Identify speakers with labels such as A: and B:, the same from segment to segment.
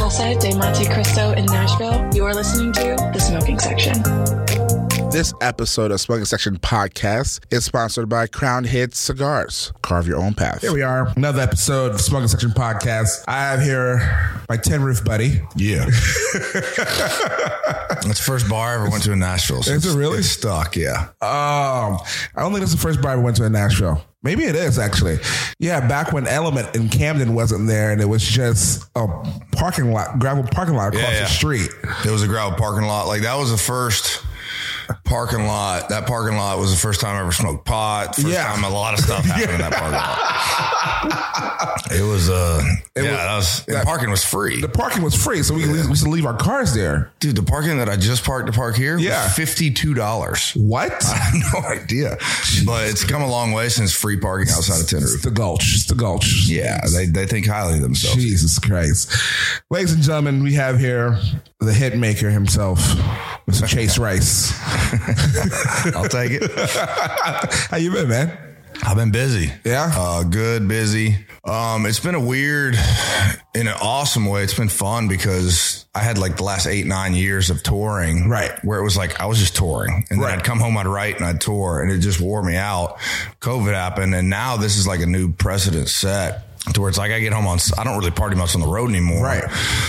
A: Outside de Monte Cristo in Nashville, you are listening to The Smoking Section.
B: This episode of Smoking Section Podcast is sponsored by Crown Head Cigars. Carve your own path.
C: Here we are, another episode of Smoking Section Podcast. I have here my tin roof buddy.
D: Yeah. That's the first bar I ever went to in Nashville. So
C: Is it
D: it's-
C: really?
D: it's stuck? Yeah.
C: Um, I don't think that's the first bar we went to in Nashville. Maybe it is actually. Yeah, back when Element in Camden wasn't there, and it was just a parking lot, gravel parking lot across
D: Yeah, yeah.
C: the street.
D: It was a gravel parking lot. Like that was the first parking lot. That parking lot was the first time I ever smoked pot. First
C: Yeah.
D: time a lot of stuff happened in that parking lot. It was uh yeah,
C: was-
D: that was and
C: that-
D: parking was free.
C: The parking was free, so we could, we should leave our cars there.
D: Dude, the parking that I just parked to park here
C: Yeah.
D: was fifty two dollars.
C: What?
D: I have no idea. But it's come a long way since free parking outside of Tin
C: It's
D: Roof.
C: the gulch. It's the gulch.
D: Yeah, they, they think highly of themselves.
C: Jesus Christ. Ladies and gentlemen, we have here the hit maker himself, Mr. Chase Rice.
D: I'll take it.
C: How you been, man?
D: I've been busy.
C: Yeah?
D: Uh, good, busy. Um, it's been a weird, in an awesome way. It's been fun because I had like the last eight, nine years of touring.
C: Right.
D: Where it was like I was just touring. And
C: Right.
D: then I'd come home, I'd write and I'd tour and it just wore me out. COVID happened. And now this is like a new precedent set. To where it's like I get home on, I don't really party much on the road anymore.
C: Right.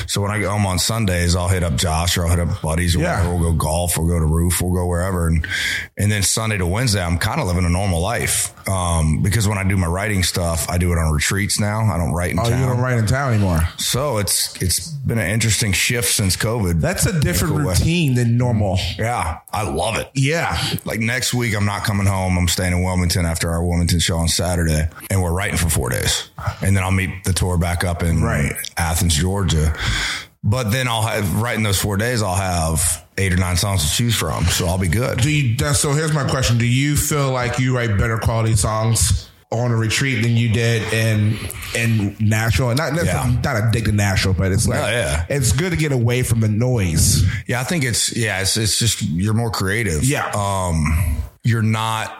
D: So when I get home on Sundays, I'll hit up Josh or I'll hit up buddies or
C: Yeah.
D: whatever. We'll go golf, we'll go to roof, we'll go wherever. And, and then Sunday to Wednesday, I'm kind of living a normal life. Um, because when I do my writing stuff, I do it on retreats now. I don't write in
C: Oh, you
D: town.
C: don't write in town anymore.
D: So it's, it's been an interesting shift since COVID.
C: That's a different
D: Cool way.
C: routine than normal.
D: yeah. I love it.
C: Yeah.
D: Like next week, I'm not coming home. I'm staying in Wilmington after our Wilmington show on Saturday, and we're writing for four days, and then I'll meet the tour back up in
C: Right.
D: Athens, Georgia. But then I'll have writing those four days. I'll have eight or nine songs to choose from, so I'll be good.
C: Do you, so here's my question. Do you feel like you write better quality songs on a retreat than you did in in Nashville? And not,
D: Yeah.
C: not a dig to Nashville, but it's like
D: No, yeah.
C: it's good to get away from the noise.
D: Yeah, I think it's yeah, it's it's just you're more creative.
C: Yeah.
D: Um you're not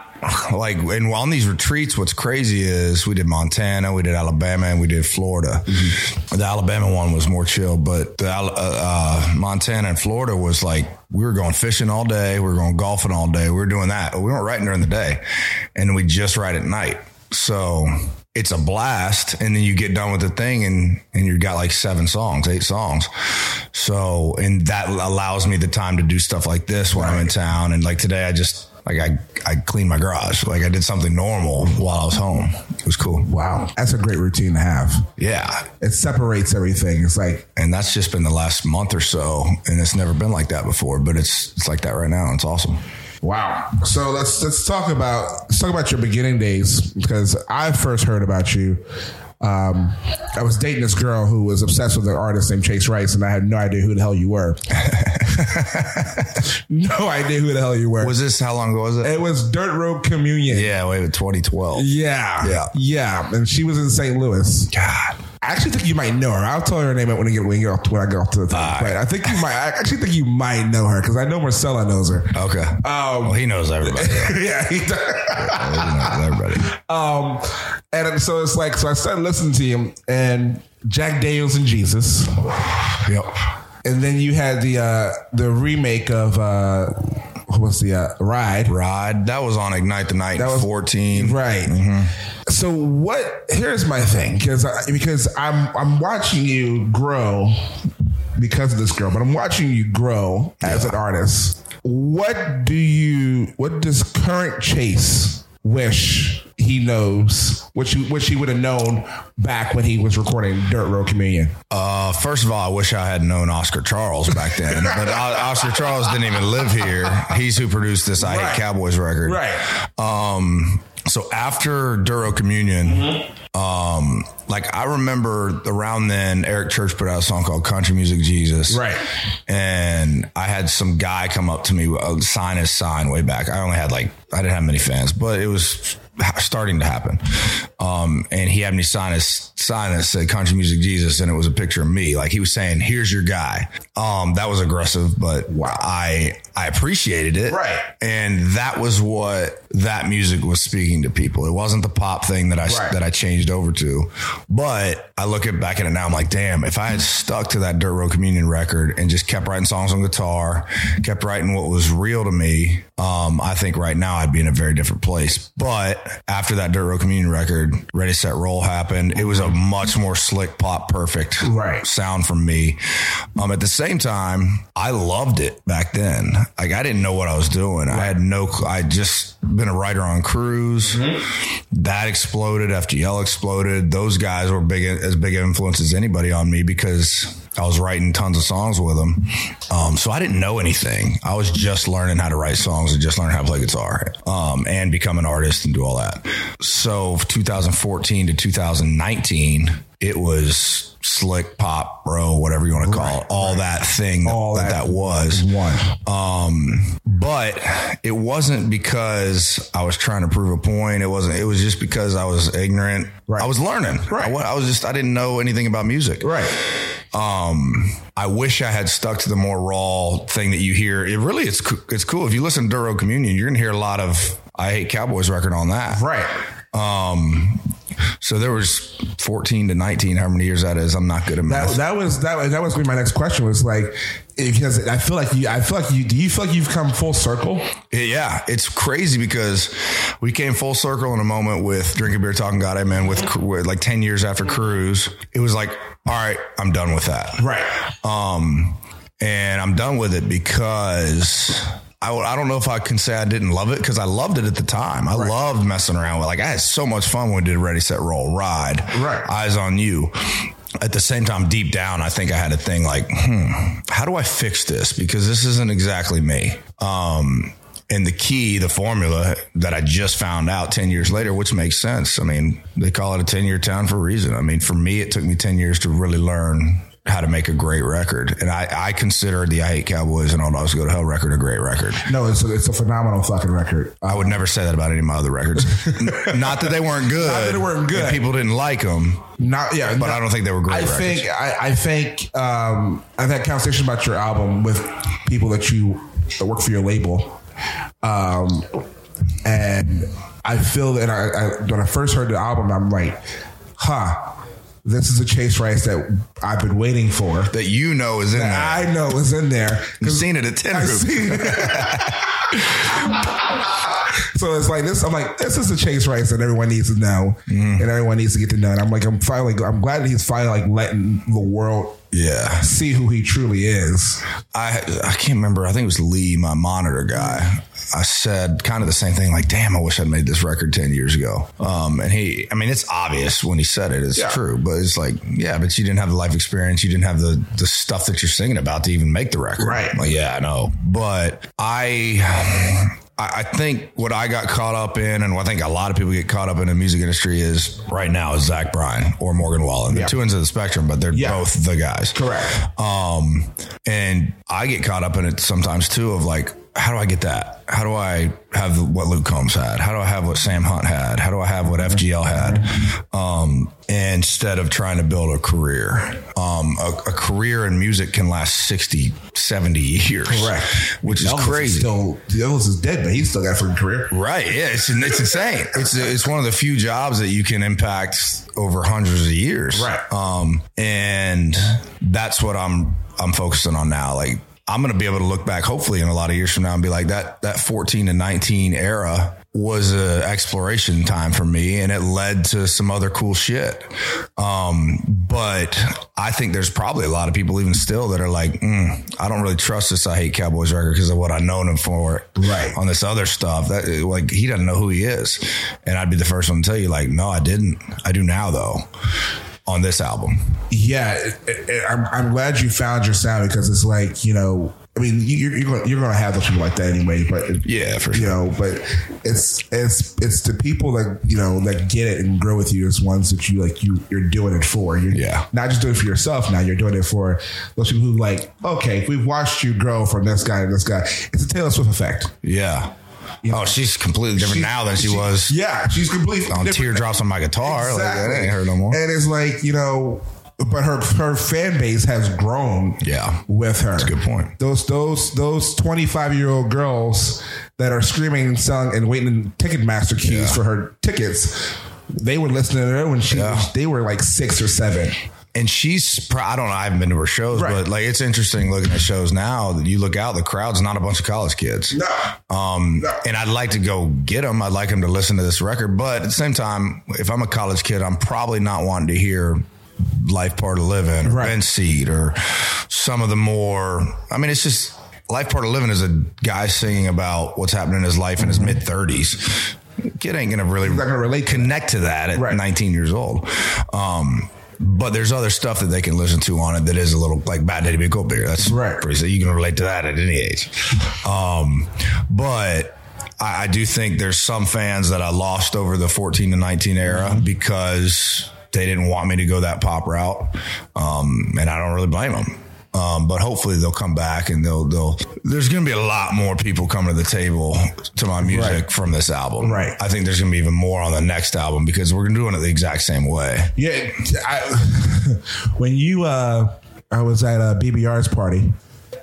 D: like and on these retreats, what's crazy is we did Montana, we did Alabama, and we did Florida. The Alabama one was more chill, but the Al- uh, uh, Montana and Florida was like we were going fishing all day, we were going golfing all day, we were doing that. We weren't writing during the day, and we just write at night. So it's a blast and then you get done with the thing and and you got like seven songs eight songs so and that allows me the time to do stuff like this when i'm in town and like today i just like i i cleaned my garage like i did something normal while i was home it was cool
C: Wow. That's a great routine to have.
D: yeah
C: it separates everything. It's like
D: and that's just been the last month or so and it's never been like that before but it's it's like that right now it's awesome
C: wow. So let's let's talk about let's talk about your beginning days because I first heard about you. Um, I was dating this girl who was obsessed with an artist named Chase Rice, and I had no idea who the hell you were. no idea who the hell you were.
D: was this how long ago was it
C: it was Dirt Road Communion.
D: yeah wait 2012
C: Yeah.
D: Yeah.
C: Yeah. And she was in St. Louis.
D: god
C: I actually think you might know her. I'll tell her name when I get when, I get off, when I get off to the top. But I think you might. I actually think you might know her because I know Marcella knows her.
D: okay
C: Um,
D: well he knows everybody
C: yeah. he does.
D: he knows everybody
C: um, and so it's like, so I started listening to him and Jack Daniels and Jesus.
D: yep
C: And then you had the, uh, the remake of, uh, what was the, uh, Ride.
D: Rod. That was on Ignite the Night
C: That was-
D: 14.
C: Right. So what, here's my thing. Cause I, because I'm, I'm watching you grow because of this girl, but I'm watching you grow as an artist. What do you, what does current Chase wish he knows, which he, which he would have known back when he was recording Dirt Road Communion?
D: Uh, first of all, I wish I had known Oscar Charles back then, but O- Oscar Charles didn't even live here. He's who produced this I
C: Right.
D: Hate Cowboys record. Um, so after Duro Communion,
C: Mm-hmm.
D: um, like I remember around then, Eric Church put out a song called Country Music Jesus.
C: Right.
D: And I had some guy come up to me, uh, sign his sign way back. I only had like, I didn't have many fans, but it was ha- starting to happen. Um, and he had me sign a s- sign that said Country Music Jesus, and it was a picture of me. Like he was saying, "Here's your guy." Um, that was aggressive, but I I appreciated it.
C: Right.
D: and that was what that music was speaking to people. It wasn't the pop thing that I s-
C: Right.
D: that I changed over to, but I look at back at it now. I'm like, damn, if I had stuck to that Dirt Road Communion record and just kept writing songs on guitar, kept writing what was real to me, um, I think right now I'd be in a very different place. But after that Dirt Road Communion record, Ready Set Roll happened. It was a much more slick pop, perfect
C: Right.
D: sound from me. Um, at the same time, I loved it back then. Like I didn't know what I was doing. I had no. cl- I just been a writer on Cruise. That exploded. FGL exploded. Those guys were big as big an influence as anybody on me because I was writing tons of songs with them. Um, so I didn't know anything. I was just learning how to write songs and just learning how to play guitar um, and become an artist and do all that. So 2014 to 2019 it was slick pop, bro, whatever you want to call it, all that thing
C: All
D: that,
C: that-
D: that was.
C: One.
D: Um, but it wasn't because I was trying to prove a point. It wasn't, it was just because I was ignorant.
C: Right.
D: I was learning.
C: Right.
D: I, wa- I was just, I didn't know anything about music.
C: Right.
D: Um, I wish I had stuck to the more raw thing that you hear. It really, it's, coo- it's cool. If you listen to Duro Communion, you're going to hear a lot of, I hate Cowboys record on that.
C: Right.
D: Um, so there was 14 to 19, how many years that is. I'm not good at math.
C: That, that was that. was- That was gonna be my next question. Was like because I feel like you. I feel like you. Do you feel like you've come full circle?
D: yeah, it's crazy because we came full circle in a moment with drinking beer, talking God, amen. With, with like 10 years after cruise, it was like, all right, I'm done with that.
C: Right.
D: Um, and I'm done with it because I, w- I don't know if I can say I didn't love it because I loved it at the time. I loved messing around with like I had so much fun when we did Ready Set Roll Ride,
C: Right.
D: Eyes on You. At the same time, deep down, I think I had a thing like, hmm, how do I fix this? Because this isn't exactly me. Um, and the key, the formula that I just found out 10 years later, which makes sense. I mean, they call it a 10 year town for a reason. I mean, for me, it took me 10 years to really learn how to make a great record. And I, I consider the I Hate Cowboys and All Dogs Go to Hell record a great record.
C: No, it's a, it's a phenomenal fucking record. Uh,
D: I would never say that about any of my other records. N- Not that they weren't good.
C: Not that they weren't good.
D: and people didn't like them,
C: Not yeah,
D: but I don't think they were great
C: I
D: records.
C: think I, I think um, I've had conversations about your album with people that you that work for your label, um, and I feel that I, I when I first heard the album, I'm like, huh, this is a chase race that I've been waiting for.
D: that you know is in there.
C: I know it was in there.
D: You've seen it at 10
C: I
D: Group.
C: see. so it's like this. I'm like, this is the chase race that everyone needs to know,
D: Mm.
C: and everyone needs to get to know. And I'm like, I'm finally, I'm glad that he's finally like letting the world
D: Yeah.
C: see who he truly is.
D: I I can't remember. I think it was Lee, my monitor guy. I said kind of the same thing, like, "Damn, I wish I'd made this record ten years ago." Um, and he, I mean, it's obvious when he said it, it's
C: Yeah.
D: true. But it's like, yeah, but you didn't have the life experience, you didn't have the the stuff that you're singing about to even make the record,
C: Right.
D: Like, yeah, I know, but I. I I think what I got caught up in, and what I think a lot of people get caught up in the music industry is right now is Zach Bryan or Morgan Wallen. They're
C: Yeah.
D: two ends of the spectrum, but they're
C: Yeah.
D: both the guys.
C: Correct.
D: Um, and I get caught up in it sometimes too of like, how do I get that? How do I have what Luke Combs had? How do I have what Sam Hunt had? How do I have what FGL had? Um, instead of trying to build a career, um, a, a career in music can last 60, 70 years.
C: Correct.
D: Which is
C: Elvis
D: crazy.
C: still, Elvis is dead, but he's still got a freaking career.
D: Right. Yeah. It's, it's insane. It's, it's one of the few jobs that you can impact over hundreds of years.
C: Right.
D: Um, and that's what I'm, I'm focusing on now. Like I'm going to be able to look back hopefully in a lot of years from now and be like that, that 14 to 19 era was a exploration time for me and it led to some other cool shit. Um, but I think there's probably a lot of people even still that are like, mm, I don't really trust this. I hate Cowboys record because of what I've known him for
C: Right.
D: on this other stuff that like he doesn't know who he is and i'd be the first one to tell you like no i didn't i do now though on this album
C: yeah, it, it, I'm, I'm glad you found your sound because it's like you know, I mean, you, you're you're gonna, you're gonna have those people like that anyway, but
D: Yeah, for
C: you know, but it's it's it's the people that you know that get it and grow with you is ones that you like you you're doing it for. You're
D: Yeah.
C: not just doing it for yourself now. You're doing it for those people who like okay, we've watched you grow from this guy to this guy. It's a Taylor Swift effect.
D: yeah Oh, she's completely different now than she, was
C: Yeah, she's completely
D: on
C: different.
D: teardrops on my guitar. Like, that ain't her no more.
C: And it's like you know, but her her fan base has grown.
D: Yeah.
C: with her. That's
D: a good point.
C: Those those those twenty five year old girls that are screaming and selling and waiting in Ticketmaster queues for her tickets. They were listening to her when she was, they were like six or seven.
D: and she's pro- I don't know I haven't been to her shows
C: Right.
D: but like it's interesting looking at shows now that you look out the crowd's not a bunch of college kids
C: Uh,
D: um and I'd like to go get them I'd like them to listen to this record but at the same time if I'm a college kid I'm probably not wanting to hear Life Part of Living or
C: Right.
D: Ben Seed or some of the more I mean it's just Life Part of Living is a guy singing about what's happening in his life in his mid 30s kid ain't gonna really
C: Mm-hmm. not gonna relate to
D: connect to that at
C: Right.
D: 19 years old. Um, but there's other stuff that they can listen to on it that is a little like Bad Daddy Big Cool Beer. That's
C: Right.
D: pretty so you can relate to that at any age. Um, but I, I do think there's some fans that I lost over the 14 to 19 era
C: Mm-hmm.
D: because they didn't want me to go that pop route. Um, and I don't really blame them. Um, but hopefully they'll come back and they'll they'll. There's going to be a lot more people coming to the table to my music from this album.
C: Right.
D: I think there's going to be even more on the next album because we're doing it the exact same way.
C: Yeah, I, when you uh, I was at a BBR's party.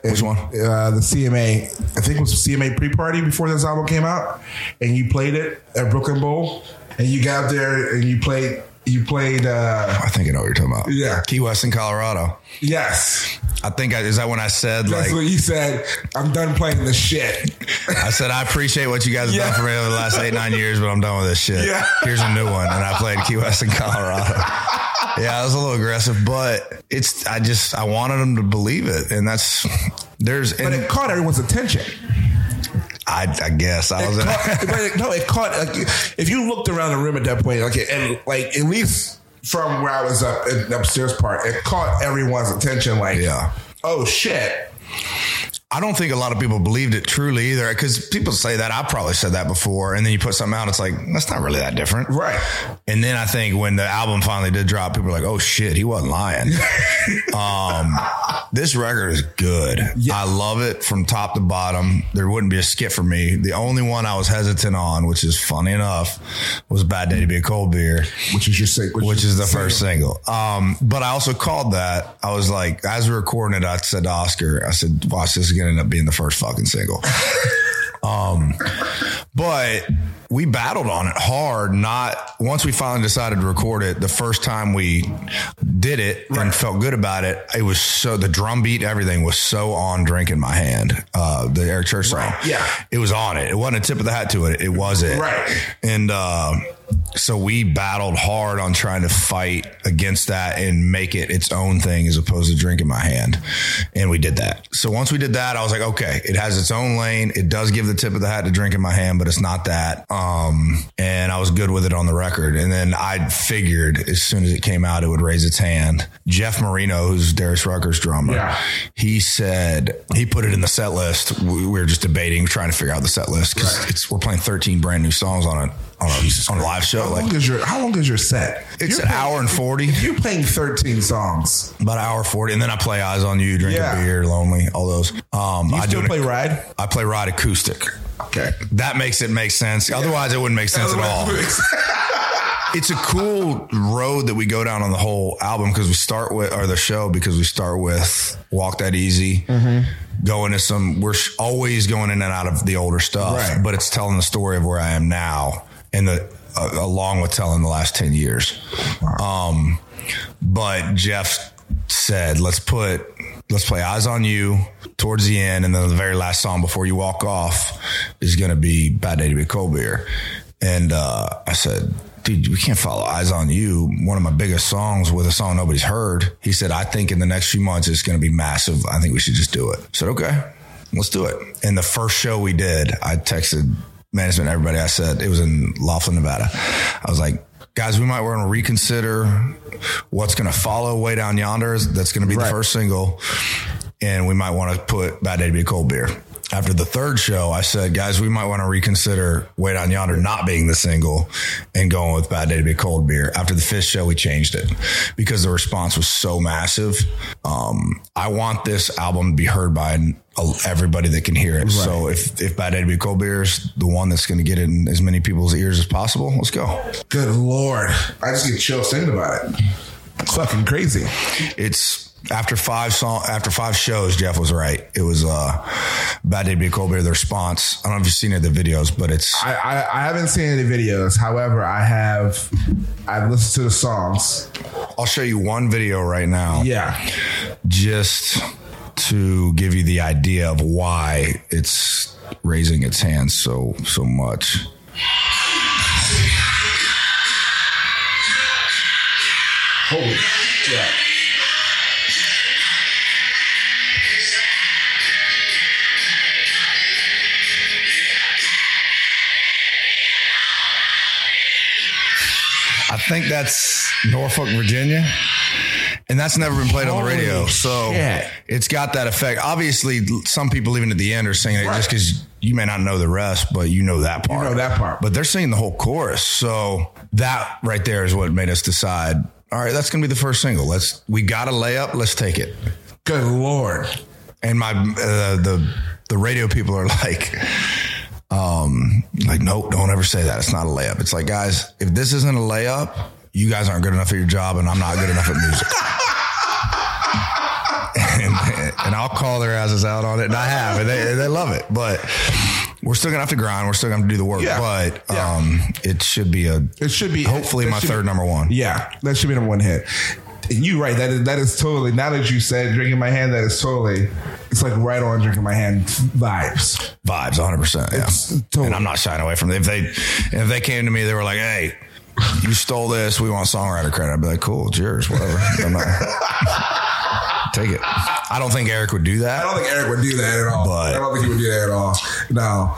D: Which one?
C: Uh, the CMA, I think it was CMA pre-party before this album came out, and you played it at Brooklyn Bowl, and you got up there and you played, you played, uh,
D: I think I know what you're talking about.
C: Yeah.
D: Key West in Colorado.
C: yes,
D: I think I, is that when I said
C: that's
D: like
C: what you said. I'm done playing this shit.
D: I said I appreciate what you guys have
C: Yeah.
D: done for me over the last eight nine years, but I'm done with this shit.
C: Yeah.
D: Here's a new one, and I played Key West in Colorado. yeah, I was a little aggressive, but it's I just I wanted them to believe it, and that's there's
C: But
D: and
C: it caught everyone's attention.
D: I, I guess I was
C: It caught, but it- no, it caught. Like, if you looked around the room at that point, like, and like at least from where I was up in the upstairs part, it caught everyone's attention. Like,
D: Yeah.
C: oh shit,
D: I don't think a lot of people believed it truly either because people say that. I probably said that before. And then you put something out, it's like, that's not really that different.
C: right?
D: And then I think when the album finally did drop, people were like, oh shit, he wasn't lying. um, this record is good. I love it from top to bottom. There wouldn't be a skit for me. The only one I was hesitant on, which is funny enough, was Bad Day to Be a Cold Beer
C: Which is your sake?
D: which is the first single. Um, but I also called that. I was like, as we were recording it, I said to Oscar, I said, watch, this is going to end up being the first fucking single. um, but we battled on it hard. Not once we finally decided to record it, the first time we did it and felt good about it, it was so, the drum beat, everything was so on drink in my hand, uh, the Eric Church song.
C: yeah.
D: It was on it. It wasn't a tip of the hat to it. It was it.
C: Right.
D: And uh, so we battled hard on trying to fight against that and make it its own thing as opposed to drinking my hand. And we did that. So once we did that, I was like, okay, it has its own lane. It does give the tip of the hat to drink in my hand, but it's not that. Um, and I was good with it on the record. And then I figured as soon as it came out, it would raise its hand. Jeff Marino, who's Darius Rucker's drummer,
C: Yeah.
D: he said he put it in the set list. We we were just debating, trying to figure out the set list because it's we're playing 13 brand new songs on a on a, on a live show.
C: How
D: Like
C: long is your How long is your set?
D: it's
C: You're
D: an
C: playing-
D: hour and 40,
C: You're playing 13 songs.
D: about an hour 40, and then I play Eyes on You, Drink
C: Yeah.
D: a Beer, Lonely, all those. Um,
C: You
D: I
C: still
D: do an-
C: play Ride?
D: I play Ride acoustic.
C: Okay.
D: That makes it make sense. Otherwise, it wouldn't make sense at all. it's a cool road that we go down on the whole album because we start with or the show because we start with walk that easy going to some we're sh- always going in and out of the older stuff
C: Right.
D: but it's telling the story of where i am now and the uh, along with telling the last 10 years um but jeff said let's put let's play eyes on you towards the end and then the very last song before you walk off is going to be bad day to be a cold beer and uh, i said dude we can't follow eyes on you one of my biggest songs with a song nobody's heard he said i think in the next few months it's going to be massive i think we should just do it I said okay let's do it and the first show we did i texted management and everybody i said it was in laughlin nevada i was like guys we might want to reconsider what's going to follow way down yonder that's going to be the first single and we might want to put Bad Day to Be a Cold Beer. after the third show, I said, guys, we might want to reconsider Wait on Yonder not being the single and going with Bad Day to Be Cold Beer. After the fifth show, we changed it because the response was so massive. Um, I want this album to be heard by everybody that can hear it. So if, if Bad Day to Be Cold Beer is the one that's going to get it in as many people's ears as possible, let's go.
C: Good lord, I just get chills thinking about it. It's fucking crazy.
D: it's after five song after five shows, Jeff was right. It was uh Bad Day to Be Cold Beer, the response. I don't know if you've seen any of the videos, but it's
C: I, I, I haven't seen any videos. However, I have I've listened to the songs.
D: I'll show you one video right now.
C: Yeah,
D: Just to give you the idea of why it's raising its hands so so much.
C: holy yeah.
D: I think that's Norfolk, Virginia. And that's never been played on the radio. So
C: shit.
D: it's got that effect. Obviously, some people even at the end are singing it just because you may not know the rest, but you know that part.
C: know that part.
D: But they're singing the whole chorus. So that right there is what made us decide. All right, that's gonna be the first single. Let's we got a layup. Let's take it.
C: Good lord,
D: And my uh, the the radio people are like, um, like nope, don't ever say that. It's not a layup. It's like guys, if this isn't a layup, you guys aren't good enough at your job, and I'm not good enough at music. and, and I'll call their asses out on it, and I have, and they, they love it. But we're still gonna have to grind. We're still gonna have to do the work.
C: Yeah.
D: But
C: Yeah.
D: um, it should be a
C: it should be
D: hopefully
C: it
D: my
C: should be-
D: third number one.
C: Yeah, that should be number one hit. And you right that is that is totally now that you said drinking my hand that is totally it's like right on drinking my hand vibes.
D: vibes 100% yeah
C: It's totally-
D: and i'm not shying away from it if they if they came to me they were like hey you stole this we want songwriter credit i'd be like cool it's yours whatever I'm not- take it i don't think eric would do
C: I
D: that
C: don't think Eric would do that at all.
D: But-
C: I don't think he would do that at all. No.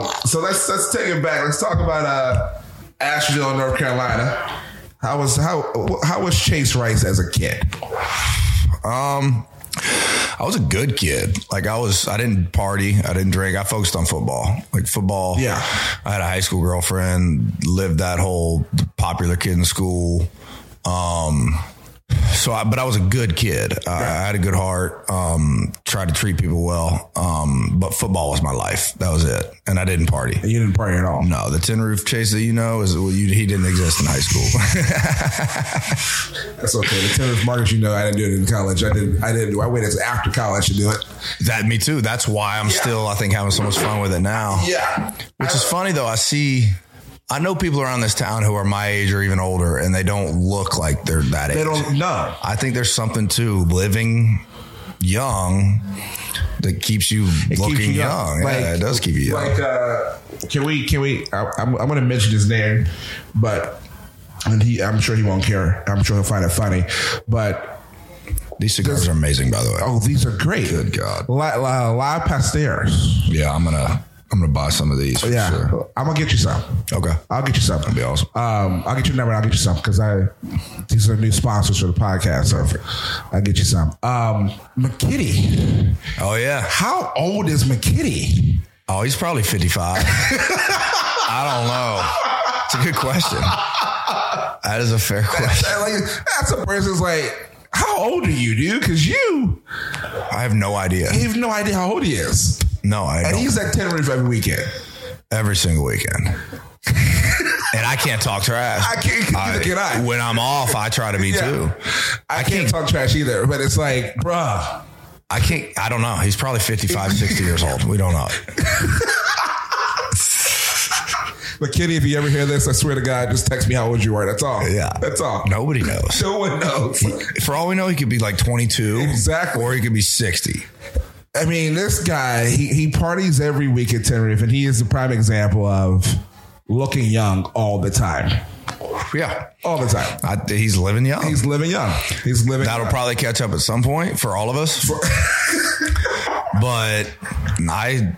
C: Um, so let's let's take it back. Let's talk about uh, Asheville, North Carolina. How was how how was Chase Rice as a kid?
D: um i was a good kid like i was i didn't party i didn't drink i focused on football like football
C: Yeah.
D: i had a high school girlfriend lived that whole popular kid in school um so I, but I was a good kid. I, I had a good heart. Um, tried to treat people well. Um, but football was my life. That was it. And I didn't party.
C: You didn't party at all.
D: No, the tin roof chase that you know is well, you, he didn't exist in high school.
C: That's okay. The tennis markets, you know, I didn't do it in college. I didn't. I didn't. I waited until after college to do it.
D: that me too. That's why I'm still I think having so much fun with it now.
C: Yeah.
D: Which is funny though. I see. I know people around this town who are my age or even older, and they don't look like they're that age.
C: They don't know.
D: I think there's something to living young that keeps you looking
C: keeps you young.
D: young. yeah,
C: Like-
D: it does keep you young.
C: Like, uh, can we? Can we? I, I'm, I'm going to mention his name, but and he, I'm sure he won't care. I'm sure he'll find it funny. But
D: These cigars are amazing, by the way.
C: oh, these are great.
D: Good God.
C: La, la, la Pasteur.
D: Yeah, I'm gonna I'm gonna buy some of these for
C: Yeah,
D: sure.
C: I'm gonna get you some.
D: Okay.
C: I'll get you some. That'd
D: be awesome.
C: Um, I'll get you a number. and I'll get you some because I these are new sponsors for the podcast. So I'll get you some. Um, McKitty,
D: Oh yeah.
C: how old is McKitty?
D: Oh, he's probably 55. I don't know. It's a good question. That is a fair question.
C: That, like, that's a person's like, how old are you, dude? Because you
D: I have no idea.
C: have no idea how old he is.
D: No, I
C: And
D: don't.
C: he's at Tenerife every weekend.
D: every single weekend. and I can't talk trash.
C: I can't- neither can I.
D: When I'm off, I try to be
C: Yeah.
D: too.
C: I, can't talk trash either, but it's like, bruh.
D: I can't. I don't know. He's probably 55, 60 years old. We don't know.
C: But Kitty, if you ever hear this, I swear to God, just text me how old you are. That's all.
D: Yeah.
C: That's all.
D: Nobody knows.
C: No one knows.
D: For all we know, he could be like 22.
C: Exactly.
D: Or he could be 60.
C: I mean, this guy, he, he parties every week at Tenerife, and he is the prime example of looking young all the time.
D: Yeah.
C: All the time.
D: I, he's living young.
C: Oh. He's living young. He's living
D: That'll
C: young.
D: probably catch up at some point for all of us. but I,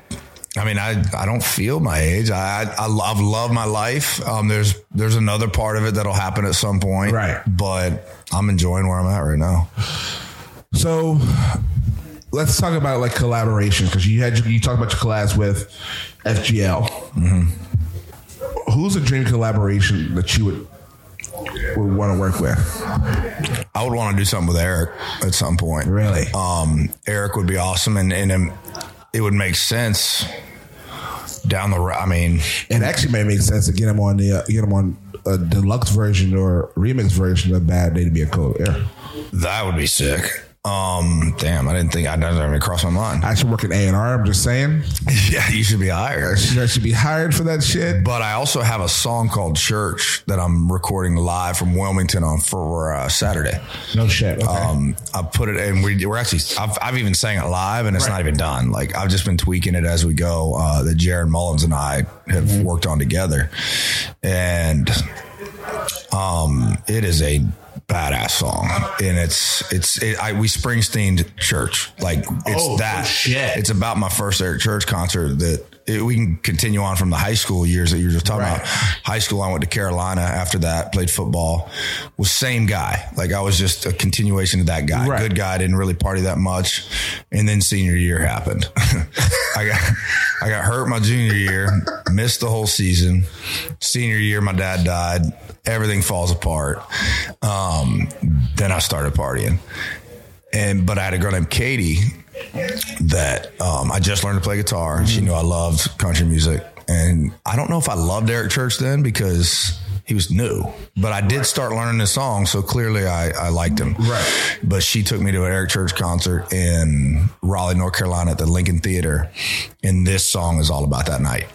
D: I mean, I, I don't feel my age. I, I, I love, love my life. Um, there's, there's another part of it that'll happen at some point.
C: Right.
D: But I'm enjoying where I'm at right now.
C: So let's talk about like collaboration because you had you talked about your collabs with FGL. Who's a dream collaboration that you would would want to work with?
D: I would want to do something with Eric at some point.
C: Really?
D: Um, Eric would be awesome, and and um, it would make sense down the road. I mean,
C: It actually may make sense to get him on the uh, get him on a deluxe version or remix version of Bad Day to Be a Cold Air.
D: that would be sick. Um, damn, I didn't think I didn't even cross my mind.
C: I should work in A and R. I'm just saying.
D: yeah, you should be hired.
C: I should be hired for that shit.
D: But I also have a song called Church that I'm recording live from Wilmington on for uh, Saturday.
C: No shit. Uh, Okay.
D: Um, I put it and we, we're actually, I've, I've even sang it live and it's not even done. Like I've just been tweaking it as we go, uh, that Jared Mullins and I have
C: Mm-hmm.
D: worked on together and, um, it is a badass song and it's, it's, it, I, we Springsteened church. Like it's
C: Oh,
D: that
C: shit.
D: It's about my first Eric church concert that it, we can continue on from the high school years that you were just talking about. High school, I went to Carolina after that, played football, was same guy. Like I was just a continuation of that guy.
C: Right.
D: Good guy, didn't really party that much. And then senior year happened. I got I got hurt my junior year, missed the whole season. Senior year, my dad died. Everything falls apart. Um, then I started partying. And but I had a girl named Katie that um, I just learned to play guitar. She knew I loved country music. And I don't know if I loved Eric Church then because he was new, but I did start learning his song. So clearly I, I liked him.
C: Right.
D: But she took me to an Eric Church concert in Raleigh, North Carolina at the Lincoln Theater. And this song is all about that night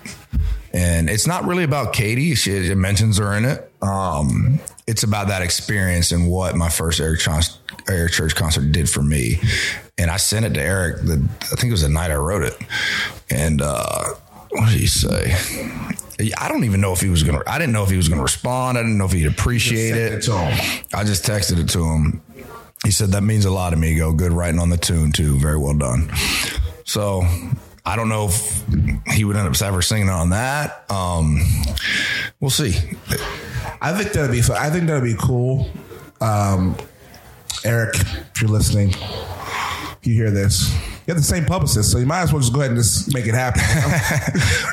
D: and it's not really about Katie. She it mentions her in it. Um, it's about that experience and what my first Eric, Chon- Eric Church concert did for me. And I sent it to Eric. The, I think it was the night I wrote it. And uh, what did he say? I don't even know if he was gonna. I didn't know if he was gonna respond. I didn't know if he'd appreciate
C: Send
D: it.
C: to him.
D: I just texted it to him. He said, That means a lot, amigo. Good writing on the tune, too. Very well done. So I don't know if he would end up ever singing on that. Um, we'll see.
C: I think that'd be fun. I think that'd be cool. Um, Eric, if you're listening, if you hear this. You have the same publicist, so you might as well just go ahead and just make it happen.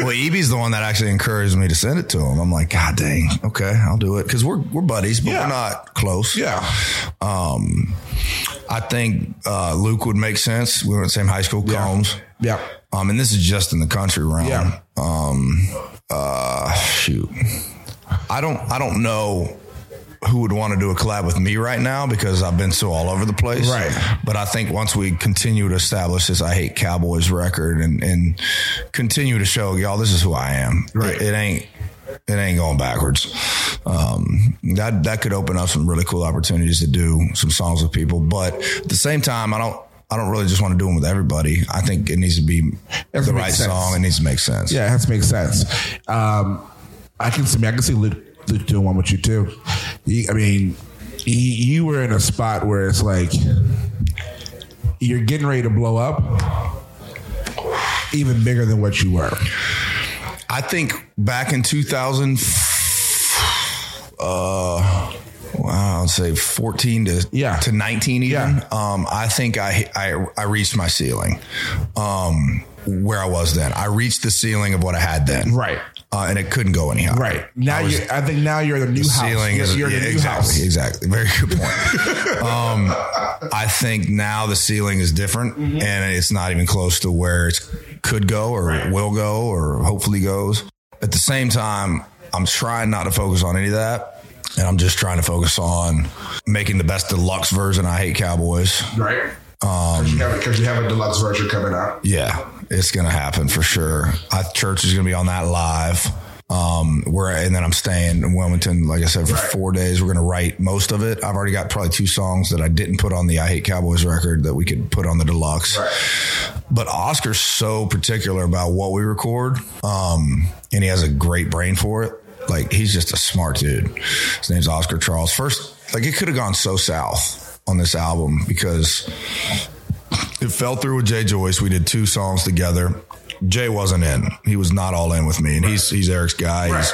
D: Well, Evie's the one that actually encouraged me to send it to him. I'm like, God dang. Okay, I'll do it. Cause we're, we're buddies, but
C: Yeah.
D: we're not close.
C: yeah.
D: Um, I think uh, Luke would make sense. We were in the same high school, Combs.
C: Yeah.
D: Um, and this is just in the country realm.
C: Yeah.
D: Um, uh, shoot, I don't, I don't know who would want to do a collab with me right now because I've been so all over the place.
C: Right.
D: But I think once we continue to establish this, I hate Cowboys record and and continue to show y'all this is who I am.
C: Right.
D: It, it ain't. It ain't going backwards. Um, that that could open up some really cool opportunities to do some songs with people, but at the same time, I don't I don't really just want to do them with everybody. I think it needs to be
C: has to
D: the
C: make
D: right
C: sense.
D: song. It needs to make sense.
C: Yeah, it has to make sense. Um, I can see. I can see Luke, Luke doing one with you too. You- I mean, you, you were in a spot where it's like you're getting ready to blow up, even bigger than what you were.
D: I think back in 2000, uh, wow, I'd say 14 to
C: Yeah.
D: to 19 even.
C: Yeah.
D: Um, I think I, I I reached my ceiling. Um, where I was then, I reached the ceiling of what I had then.
C: Right.
D: Uh, and it couldn't go any higher.
C: Right now,
D: I was-
C: you I think now you're the new house.
D: ceiling
C: You're,
D: is
C: you're
D: yeah,
C: the new
D: exactly
C: house.
D: exactly very good point um i think now the ceiling is different
C: Mm-hmm.
D: and it's not even close to where it could go or will go or hopefully goes at the same time i'm trying not to focus on any of that and i'm just trying to focus on making the best deluxe version i hate cowboys
C: Right. Because you have a deluxe version coming out.
D: yeah, it's gonna happen for sure. I, church is gonna be on that live. Um, we're and then I'm staying in Wilmington, like I said, for four days. We're gonna write most of it. I've already got probably two songs that I didn't put on the I Hate Cowboys record that we could put on the deluxe. But Oscar's so particular about what we record, um, and he has a great brain for it. Like he's just a smart dude. His name's Oscar Charles. First, like it could have gone so south on this album because it fell through with Jay Joyce. We did two songs together. Jay wasn't in. He was not all in with me, and he's he's Eric's guy. He's,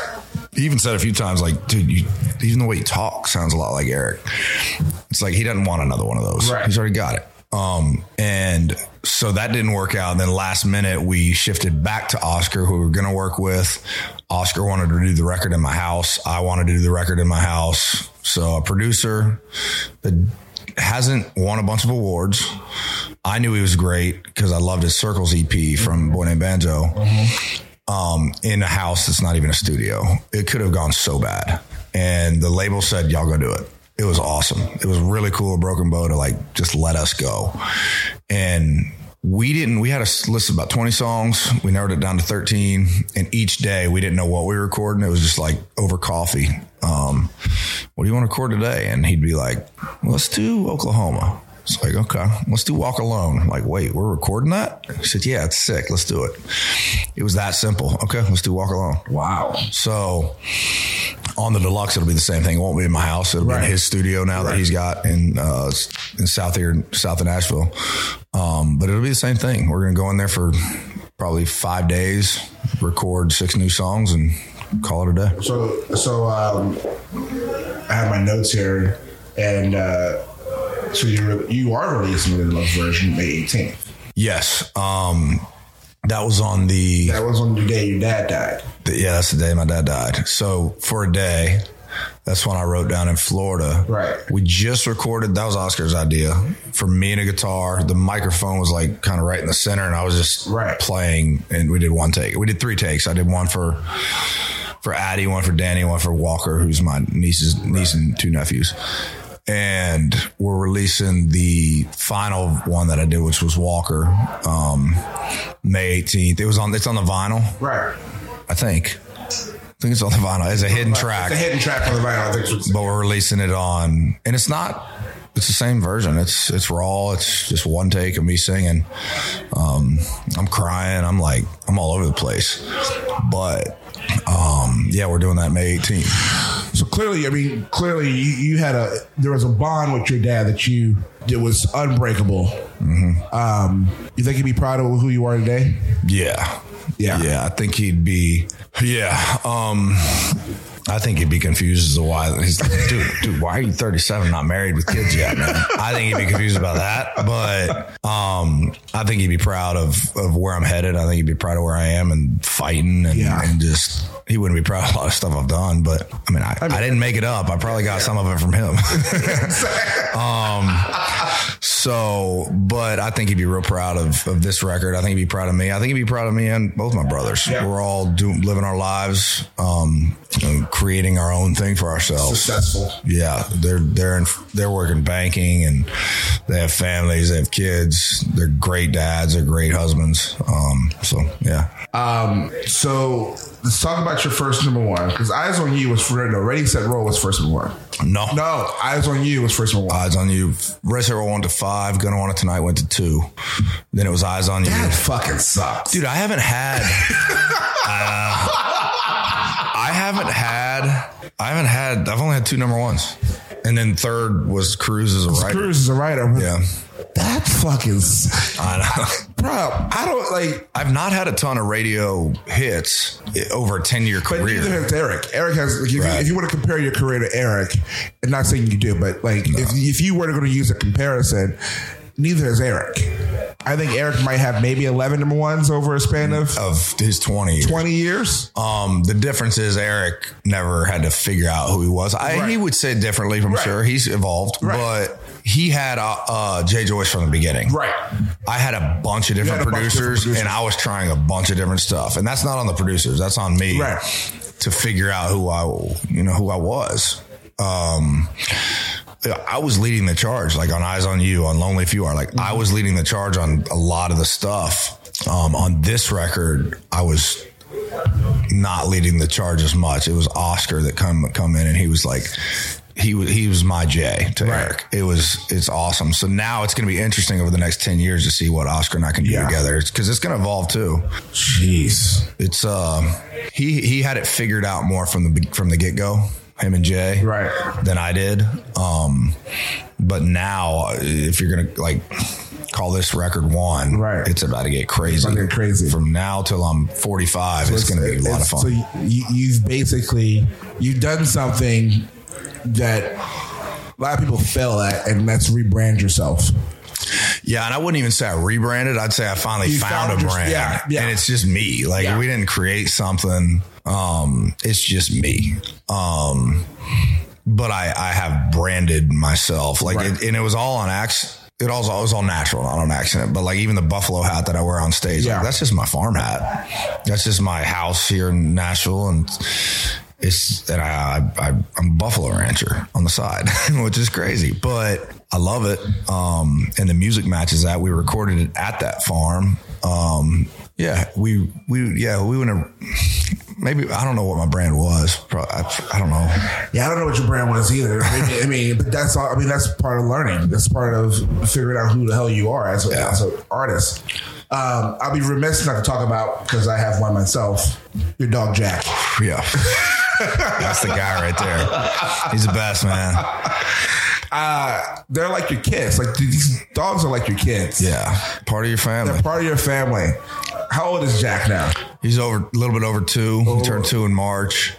D: he even said a few times, like, dude, you, even the way you talk sounds a lot like Eric. It's like he doesn't want another one of those.
C: Right.
D: He's already got it. Um, and so that didn't work out. Then last minute, we shifted back to Oscar, who we were going to work with. Oscar wanted to do the record in my house. I wanted to do the record in my house. So a producer that hasn't won a bunch of awards. I knew he was great because I loved his Circles EP from Boy Named Banjo. Um, in a house that's not even a studio, it could have gone so bad. And the label said, "Y'all go do it." It was awesome. It was really cool. of Broken Bow to like just let us go, and we didn't. We had a list of about twenty songs. We narrowed it down to thirteen, and each day we didn't know what we were recording. It was just like over coffee. Um, what do you want to record today? And he'd be like, "Let's do Oklahoma." It's like, okay, let's do Walk Alone. I'm like, wait, we're recording that? He said, yeah, it's sick. Let's do it. It was that simple. Okay, let's do Walk Alone.
C: Wow.
D: So on the deluxe, it'll be the same thing. It won't be in my house. It'll be in his studio now that he's got in uh, in south here, south of Nashville. Um, but it'll be the same thing. We're gonna go in there for probably five days, record six new songs, and call it a day.
C: So, so um, I have my notes here, and uh, so you re- you are releasing the love version May eighteenth.
D: Yes. Um, that was on the
C: That was on the day your dad died.
D: Th- yeah, that's the day my dad died. So for a day, that's when I wrote down in Florida.
C: Right.
D: We just recorded. That was Oscar's idea for me and a guitar. The microphone was like kind of right in the center, and I was just
C: Right.
D: playing. And we did one take. We did three takes. I did one for for Addie, one for Danny, one for Walker, who's my niece's niece and two nephews. And we're releasing the final one that I did, which was Walker, um, May 18th. It was on. It's on the vinyl.
C: Right.
D: I think. I think it's on the vinyl. It's a hidden track,
C: It's a hidden track on the vinyl. I think it's-
D: but we're releasing it on, and it's not. It's the same version. It's it's raw. It's just one take of me singing. Um, I'm crying. I'm like I'm all over the place. But um, yeah, we're doing that May 18th.
C: So clearly, I mean, clearly, you, you had a there was a bond with your dad that you that was unbreakable. Um, you think he'd be proud of who you are today?
D: Yeah,
C: Yeah.
D: yeah. I think he'd be. Yeah. Um, I think he'd be confused as to why he's like, dude, dude, why are you 37 not married with kids yet, man? I think he'd be confused about that, but um, I think he'd be proud of of where I'm headed. I think he'd be proud of where I am and fighting and,
C: Yeah.
D: and just he wouldn't be proud of a lot of stuff I've done, but I mean, I, I, didn't make it up. I probably got some of it from him. So, but I think he'd be real proud of, of this record. I think he'd be proud of me. I think he'd be proud of me and both my brothers. We're all doing, living our lives, um, and creating our own thing for ourselves.
C: Successful.
D: Yeah, they're they're in, they're working banking and they have families, they have kids. They're great dads, they're great husbands. Um, so yeah,
C: Um, so let's talk about your first number one because Eyes on You was for no Ready Set Roll was first number one.
D: no,
C: No, Eyes on You was first number one.
D: Eyes on you. Race Hero went to five. Gonna want it tonight went to two. Then it was eyes on you.
C: that fucking sucks,
D: dude i haven't had Uh, i haven't had i haven't had i've only had two number ones and then third was cruise as a writer
C: Cruz is a writer.
D: yeah
C: That fucking, s-
D: i know
C: bro. I don't like.
D: i've not had a ton of radio hits i- over a 10-year
C: But neither
D: career
C: has Eric. Eric has. Like, if, you,
D: Right.
C: if you want to compare your career to Eric, and not saying you do, but like if, if you were going to use a comparison, neither has Eric. I think Eric might have maybe eleven number ones over a span of
D: of his 20 years.
C: twenty years.
D: Um, the difference is Eric never had to figure out who he was. I,
C: Right.
D: He would say it differently, I'm
C: Right.
D: sure. He's evolved,
C: Right.
D: but he had uh, uh, Jay Joyce from the beginning.
C: Right.
D: I had a bunch of different
C: had a bunch of
D: producers,
C: different producers.
D: and I was trying a bunch of different stuff. And that's not on the producers. That's on me
C: Right.
D: to figure out who I, you know, who I was. Um, I was leading the charge, like on Eyes on You, on Lonely If You Are. Like I was leading the charge on a lot of the stuff. Um, on this record, I was not leading the charge as much. It was Oscar that come come in, and he was like, he was he was my Jay to Eric. It was it's awesome. So now it's going to be interesting over the next ten years to see what Oscar and I can do
C: Yeah.
D: together because it's going to evolve too.
C: Jeez.
D: It's uh, he he had it figured out more from the from the get go. Him and Jay,
C: Right.
D: Than I did. Um, but now, if you're gonna like call this record one,
C: Right.
D: It's about to get crazy.
C: about to get crazy.
D: From now till I'm 45, it's, gonna be a lot of
C: It's-
D: fun.
C: So you, you've basically you've done something that a lot of people fail at, and that's rebrand yourself.
D: Yeah, and I wouldn't even say I rebranded. I'd say I finally
C: You
D: found,
C: found
D: a
C: your-
D: brand.
C: yeah, yeah.
D: And it's just me. Like
C: Yeah.
D: we didn't create something. Um, it's just me. Um, but I I have branded myself. Like it, and it was all on accident. It all it was all natural, not on accident. But like even the buffalo hat that I wear on stage, like,
C: Yeah.
D: that's just my farm hat. That's just my house here in Nashville, and it's and I, I I'm a buffalo rancher on the side, which is crazy, but I love it. Um, and the music matches that. We recorded it at that farm. Um, yeah, we we yeah we went to maybe I don't know what my brand was. Pro- I, I don't know.
C: Yeah, I don't know what your brand was either. I mean, I mean, but that's all. I mean, that's part of learning. That's part of figuring out who the hell you are as, a- as an artist. Um, I'll be remiss not to talk about because I have one myself. Your dog Jack.
D: Yeah. That's the guy right there. He's the best, man.
C: Uh, they're like your kids. Like these dogs are like your kids.
D: Yeah. Part of your
C: they're
D: family.
C: part of your family. How old is Jack now?
D: He's over a little bit over two. He turned two in March.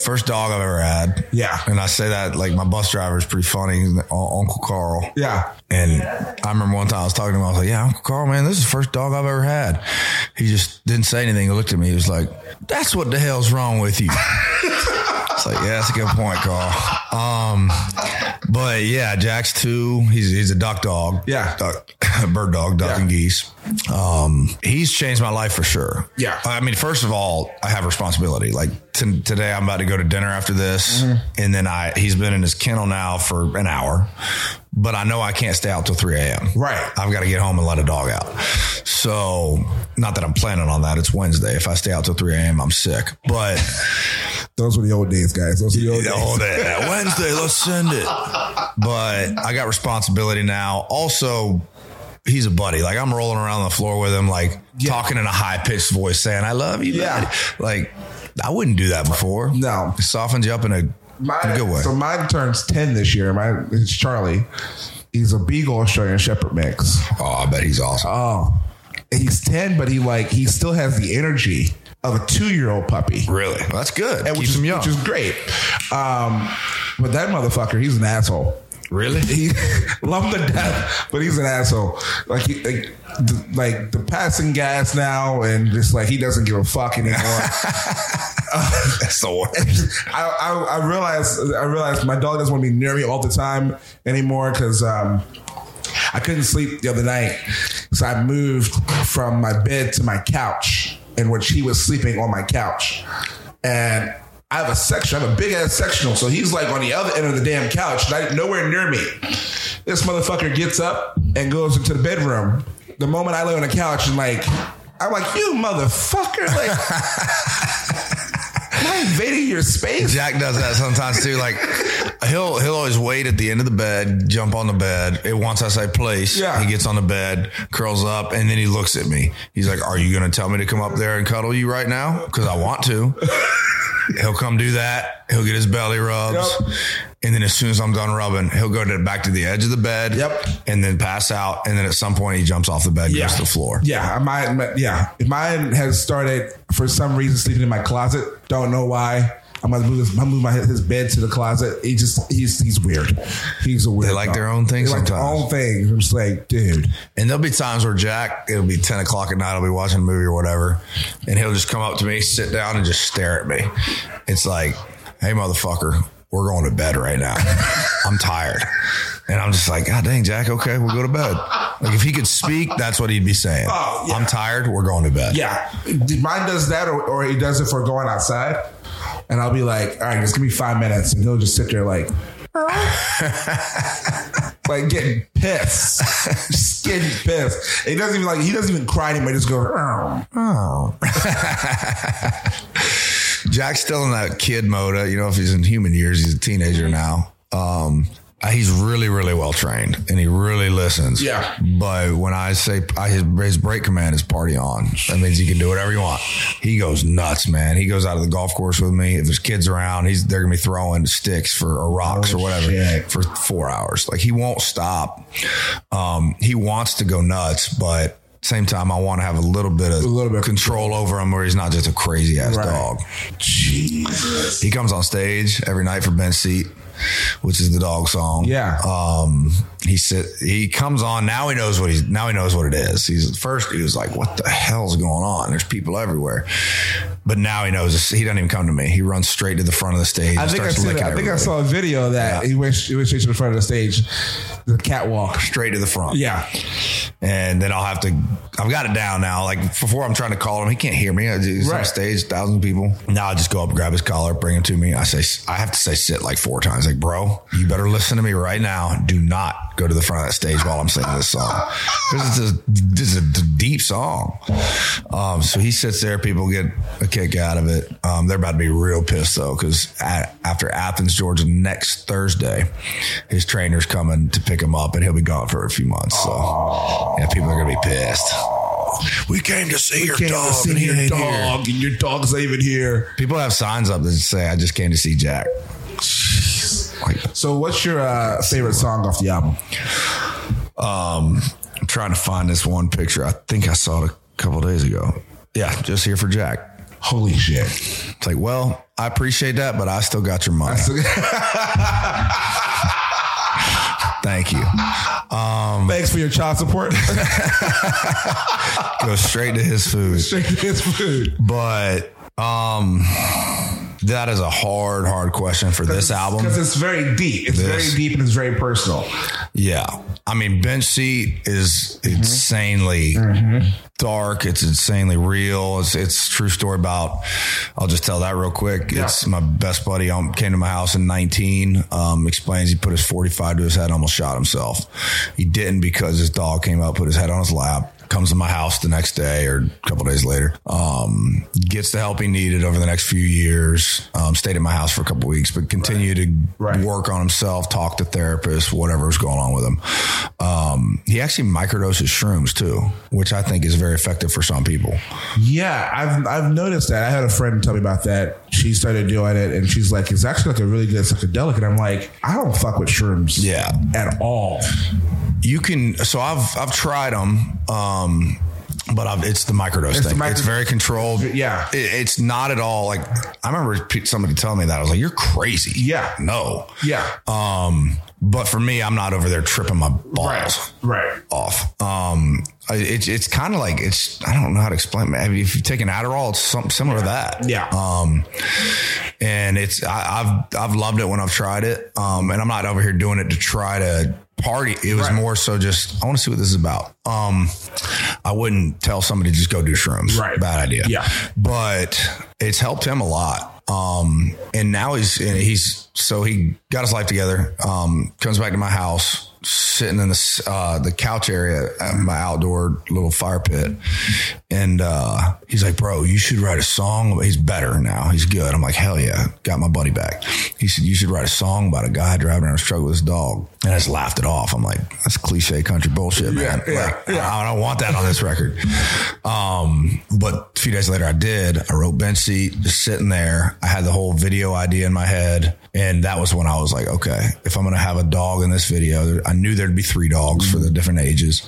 D: First dog I've ever had.
C: Yeah.
D: And I say that like my bus driver is pretty funny. He's Un- Uncle Carl.
C: Yeah,
D: And I remember one time I was talking to him, I was like, Yeah, Uncle Carl, man, this is the first dog I've ever had. He just didn't say anything. He looked at me, he was like, That's what the hell's wrong with you. It's like, yeah, that's a good point, Carl. Um, but yeah, Jack's two. He's he's a duck dog. Uh,
C: Yeah.
D: Duck- bird dog, duck
C: Yeah.
D: and geese. Um, he's changed my life for sure.
C: Yeah.
D: I mean, first of all, I have responsibility. Like t- today, I'm about to go to dinner after this,
C: Mm-hmm.
D: and then I he's been in his kennel now for an hour, but I know I can't stay out till 3 a.m.
C: Right.
D: I've got to get home and let a dog out. So, not that I'm planning on that. It's Wednesday. If I stay out till 3 a.m., I'm sick. But
C: those were the old days, guys. Those were the old days.
D: all that Wednesday, let's send it. But I got responsibility now. Also, he's a buddy. Like I'm rolling around on the floor with him, like talking in a high pitched voice, saying "I love you."
C: Yeah.
D: buddy." Like I wouldn't do that before.
C: No.
D: it softens you up in a, in a
C: My,
D: good way.
C: So mine turns ten this year. My it's Charlie. He's a Beagle Australian Shepherd mix.
D: oh, I bet he's awesome.
C: Oh, he's ten, but he like he still has the energy of a two year old puppy,
D: really? Well, that's
C: Oh.
D: good.
C: And
D: Keeps
C: which is
D: him young.
C: which is great. Um, but that motherfucker, he's an asshole.
D: really?
C: He loved to death, but he's an asshole. Like he, like, the, like the passing gas now, and just like he doesn't give a fuck anymore.
D: That's the worst.
C: I, I, I realized I realized my dog doesn't want to be near me all the time anymore because um, I couldn't sleep the other night, so I moved from my bed to my couch, in which he was sleeping on my couch, and. I have a section. I have a big ass sectional, so he's like on the other end of the damn couch, not, nowhere near me. This motherfucker gets up and goes into the bedroom. The moment I lay on the couch and like, I'm like, you motherfucker! Like, am I invading your space?
D: Jack does that sometimes too. Like he'll he'll always wait at the end of the bed, jump on the bed. And once I say place,
C: Yeah.
D: he gets on the bed, curls up, and then he looks at me. He's like, "Are you going to tell me to come up there and cuddle you right now? Because I want to." he'll come do that. He'll get his belly rubs.
C: Yep.
D: And then as soon as I'm done rubbing, he'll go to back to the edge of the bed.
C: Yep.
D: And then pass out. And then at some point he jumps off the bed, goes to the floor.
C: Yeah, mine. my- Yeah, mine has started for some reason sleeping in my closet. Don't know why. I'm gonna move. His, I'm moving my, his bed to the closet. He just he's he's weird. He's a weird.
D: like their own things
C: They like their
D: sometimes.
C: own things. I'm just like, dude.
D: And there'll be times where Jack, it'll be 10 o'clock at night, I'll be watching a movie or whatever, and he'll just come up to me, sit down, and just stare at me. It's like, hey, motherfucker, we're going to bed right now. I'm tired. And I'm just like, God dang, Jack, okay, we'll go to bed. Like, if he could speak, that's what he'd be saying.
C: Oh, yeah.
D: I'm tired, we're going to bed.
C: Yeah, mine does that, or, or he does it for going outside. And I'll be like, all right, just give me five minutes, and he'll just sit there like. Like getting pissed, just getting pissed. He doesn't even like. He doesn't even cry anymore. He just goes. "Arr."
D: Oh. Jack's still in that kid mode. uh, You know, if he's in human years, he's a teenager now. Um, uh, he's really, really well trained and he really listens.
C: Yeah.
D: But when I say I, his, his break command is party on, that means he can do whatever you want. He goes nuts, man. He goes out to the golf course with me. If there's kids around, he's they're gonna be throwing sticks for or rocks or whatever
C: Oh, shit.
D: for four hours. Like he won't stop. Um, he wants to go nuts, but same time, I want to have a little bit of
C: little bit of
D: control over him where he's not just a crazy ass
C: Right.
D: dog.
C: Jesus.
D: He comes on stage every night for Ben's seat. which is the dog song.
C: Yeah.
D: Um, he said he comes on now. He knows what he's now. He knows what it is. He's at first he was like, "What the hell's going on?" There's people everywhere, but now he knows. He doesn't even come to me. He runs straight to the front of the stage.
C: I
D: and
C: think I,
D: starts
C: seen,
D: licking
C: I think I
D: everybody.
C: saw a video of that he went he went straight to the front of the stage, the catwalk.
D: straight to the front.
C: Yeah,
D: and then I'll have to. I've got it down now. Like before, I'm trying to call him. He can't hear me. I do
C: Right.
D: on stage, thousand people. Now I just go up, grab his collar, bring him to me. I say, I have to say, sit like four times. Like, bro, you better listen to me right now. Do not go to the front of that stage while I'm singing this song because it's a this is a d- deep song. Um, so he sits there. People get a kick out of it. Um, they're about to be real pissed though because after Athens, Georgia, next Thursday, his trainer's coming to pick him up, and he'll be gone for a few months. So yeah, people are gonna be pissed. We came to see your
C: Can't
D: dog,
C: see
D: and he
C: your
D: ain't
C: dog,
D: here.
C: and your dog's not even here.
D: People have signs up that say, "I just came to see Jack." Like,
C: So, what's your uh, favorite song off the album?
D: um, I'm trying to find this one picture. I think I saw it a couple days ago. Yeah, just here for Jack.
C: Holy shit!
D: It's like, well, I appreciate that, but I still got your money. Thank you. Um,
C: Thanks for your child support.
D: Go straight to his food.
C: Straight to his food.
D: But um, that is a hard, hard question for this album.
C: because it's very deep. It's
D: This.
C: very deep and it's very personal.
D: Yeah. I mean, bench seat is
C: Mm-hmm.
D: insanely dark. It's insanely real. It's it's a true story about. I'll just tell that real quick. It's my best buddy um, came to my house in 19. Um, explains he put his 45 to his head, almost shot himself. He didn't because his dog came up, put his head on his lap. Comes to my house the next day or a couple days later. Um, gets the help he needed over the next few years. Um, stayed at my house for a couple weeks, but continued to
C: Right.
D: work work on himself, talk to therapists, whatever was going on with him. Um, he actually microdoses shrooms too, which I think is very effective for some people.
C: Yeah, I've I've noticed that. I had a friend tell me about that. She started doing it, and she's like, "It's actually like a really good psychedelic." And I'm like, "I don't fuck with shrooms,
D: Yeah.
C: at all."
D: You can. So I've I've tried them. Um, but I've, it's the microdose
C: the
D: thing.
C: micro-
D: it's very controlled.
C: Yeah.
D: It- it's not at all like I remember pe- somebody telling me that. I was like, "You're crazy."
C: Yeah.
D: no.
C: Yeah,
D: Um, but for me, I'm not over there tripping my balls.
C: right, right.
D: off. Um, I- it's it's kind of like it's I don't know how to explain. it. I mean, if you take an Adderall, it's something similar to that.
C: Yeah.
D: Um, and it's I, I've I've loved it when I've tried it. Um, and I'm not over here doing it to try to party. It was
C: Right.
D: more so just I want to see what this is about. Um, I wouldn't tell somebody just go do shrooms.
C: Right.
D: Bad idea.
C: Yeah.
D: But it's helped him a lot. Um, and now he's and he's so he got his life together. Um, comes back to my house, sitting in the uh, the couch area at my outdoor little fire pit, and uh, he's like, "Bro, you should write a song." He's better now. He's good. I'm like, "Hell yeah, got my buddy back." He said, "You should write a song about a guy driving around a struggle with his dog," and I just laughed it off. I'm like, "That's cliche country bullshit, man."
C: Yeah, yeah,
D: Like,
C: yeah.
D: I don't want that on this record. Um, but a few days later, I did. I wrote bench seat, just sitting there. I had the whole video idea in my head, and that was when I was like, okay, if I'm going to have a dog in this video, there- I knew there'd be three dogs for the different ages.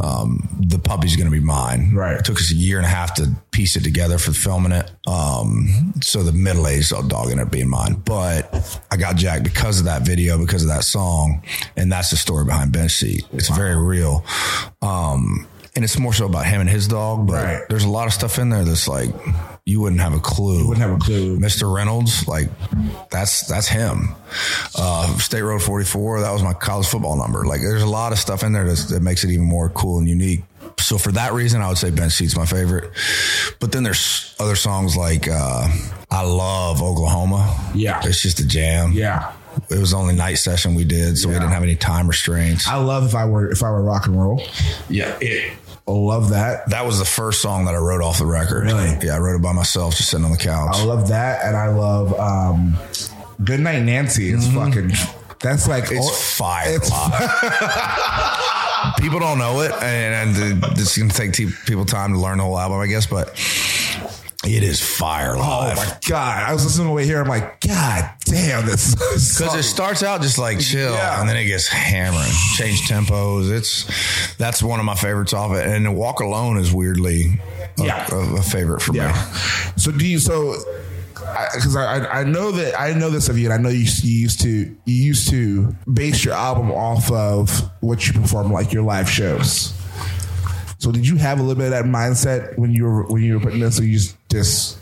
D: Um, the puppy's going to be mine.
C: Right.
D: It took us a year and a half to piece it together for filming it. Um, so the middle aged dog ended up being mine, but I got Jack because of that video, because of that song, and that's the story behind bench seat. It's very real. Um, and it's more so about him and his dog, but
C: Right.
D: there's a lot of stuff in there that's like you wouldn't have a clue.
C: Wouldn't have a clue.
D: Mr. Reynolds, like that's that's him. Uh, State Road 44, that was my college football number. Like there's a lot of stuff in there that's, that makes it even more cool and unique. So for that reason, I would say Ben Seat's my favorite. But then there's other songs like uh, I love Oklahoma.
C: Yeah.
D: it's just a jam.
C: Yeah,
D: it was the only night session we did, so we didn't have any time restraints.
C: I love if I were if I were rock and roll.
D: yeah, it
C: I love that.
D: that was the first song that I wrote off the record.
C: Really?
D: Yeah, I wrote it by myself, just sitting on the couch.
C: I love that, and I love um, "Good Night Nancy." Is fucking. That's like
D: Mm-hmm. It's fire. live. people don't know it, and, and the- it's going to take te- people time to learn the whole album, I guess. But it is fire
C: Oh
D: live
C: my god! I was listening away here. I'm like, God damn, this.
D: because it starts out just like chill,
C: Yeah.
D: and then it gets hammering, change tempos. It's that's one of my favorites off it, and Walk Alone is weirdly a,
C: Yeah.
D: a, a favorite for me.
C: So do you? So because I, I I know that I know this of you, and I know you, you used to you used to base your album off of what you perform, like your live shows. So did you have a little bit of that mindset when you were when you were putting this? Or you just, just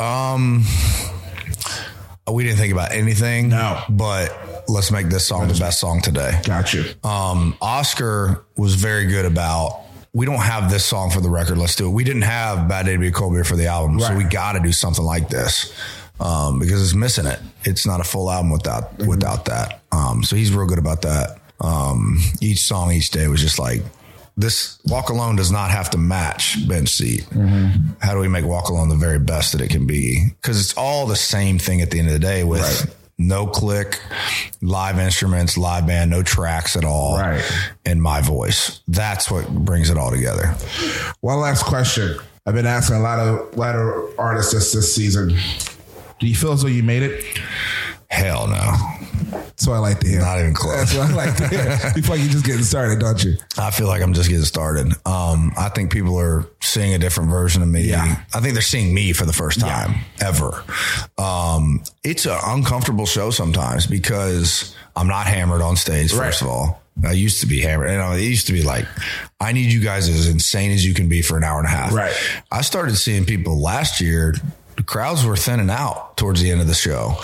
D: Um, we didn't think about anything.
C: No.
D: but let's make this song the best song today.
C: got you.
D: um, Oscar was very good about. We don't have this song for the record. Let's do it. We didn't have Bad Day to Be a Cold Beer for the album, so
C: Right.
D: we got to do something like this um, because it's missing it. It's not a full album without without that. Um, so he's real good about that. Um, each song, each day was just like this. Walk Alone does not have to match Bench Seat. How do we make Walk Alone the very best that it can be? Because it's all the same thing at the end of the day with. No click, live instruments, live band, no tracks at all
C: Right.
D: and my voice. That's what brings it all together.
C: One last question. I've been asking a lot of lot of artists this, this season. Do you feel as though you made it?
D: Hell no,
C: That's what I like to hear.
D: not even
C: That's
D: close.
C: what I like to hear. You feel like you're just getting started, don't you?
D: I feel like I'm just getting started. Um, I think people are seeing a different version of me.
C: Yeah.
D: I think they're seeing me for the first time ever. Um, it's an uncomfortable show sometimes because I'm not hammered on stage. First of all, I used to be hammered, and I it used to be like, I need you guys as insane as you can be for an hour and a half.
C: Right.
D: I started seeing people last year. The crowds were thinning out towards the end of the show.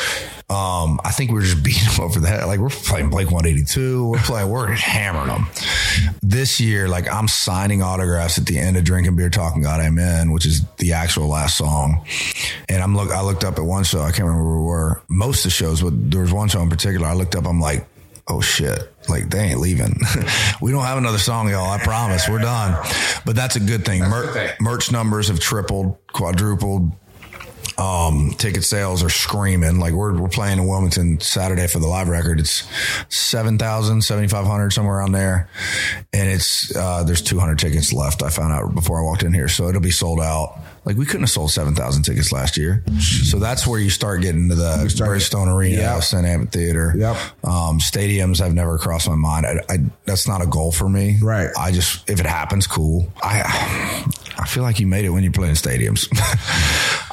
D: Um, I think we were just beating them over the head. Like we're playing Blake 182. We're playing, we're just hammering them. This year, like I'm signing autographs at the end of Drinking Beer Talking God Amen, which is the actual last song. And I'm look I looked up at one show, I can't remember where we were, most of the shows, but there was one show in particular. I looked up, I'm like, oh shit like they ain't leaving we don't have another song y'all i promise we're done but that's a good thing, Mer- merch numbers have tripled quadrupled um, ticket sales are screaming like we're, we're playing in wilmington saturday for the live record it's 7000 7500 somewhere around there and it's uh, there's 200 tickets left i found out before i walked in here so it'll be sold out like we couldn't have sold 7000 tickets last year so that's where you start getting to the bridgestone arena
C: Yep.
D: Sun Amphitheater.
C: Yep.
D: Um, stadiums have never crossed my mind. I, I, that's not a goal for me.
C: Right.
D: I just if it happens, cool. I I feel like you made it when you play in stadiums.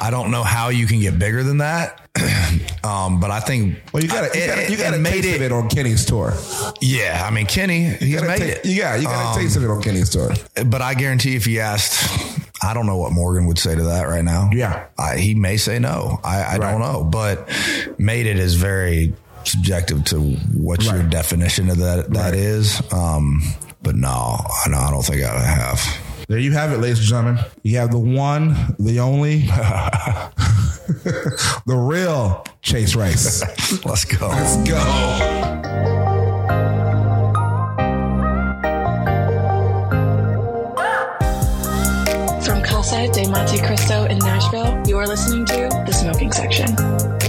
D: I don't know how you can get bigger than that. um, but I think
C: Well, you got to you
D: it-
C: got
D: it-
C: to you got
D: it
C: to
D: made
C: taste
D: it.
C: of it on Kenny's tour.
D: Yeah, I mean Kenny, he's
C: You got
D: made
C: to
D: it.
C: Yeah, you got to taste of it on Kenny's tour.
D: But I guarantee if he asked, I don't know what Morgan would say to that right now.
C: Yeah.
D: I, he may say no. I, I don't know. But made it is very subjective to what your
C: Right.
D: definition of that that is. Um, but no, I- no, I don't think I have.
C: There you have it, ladies and gentlemen. You have the one, the only, the real Chase Rice.
D: Let's go.
C: Let's go.
A: From Casa de Monte Cristo in Nashville, you are listening to The Smoking Section.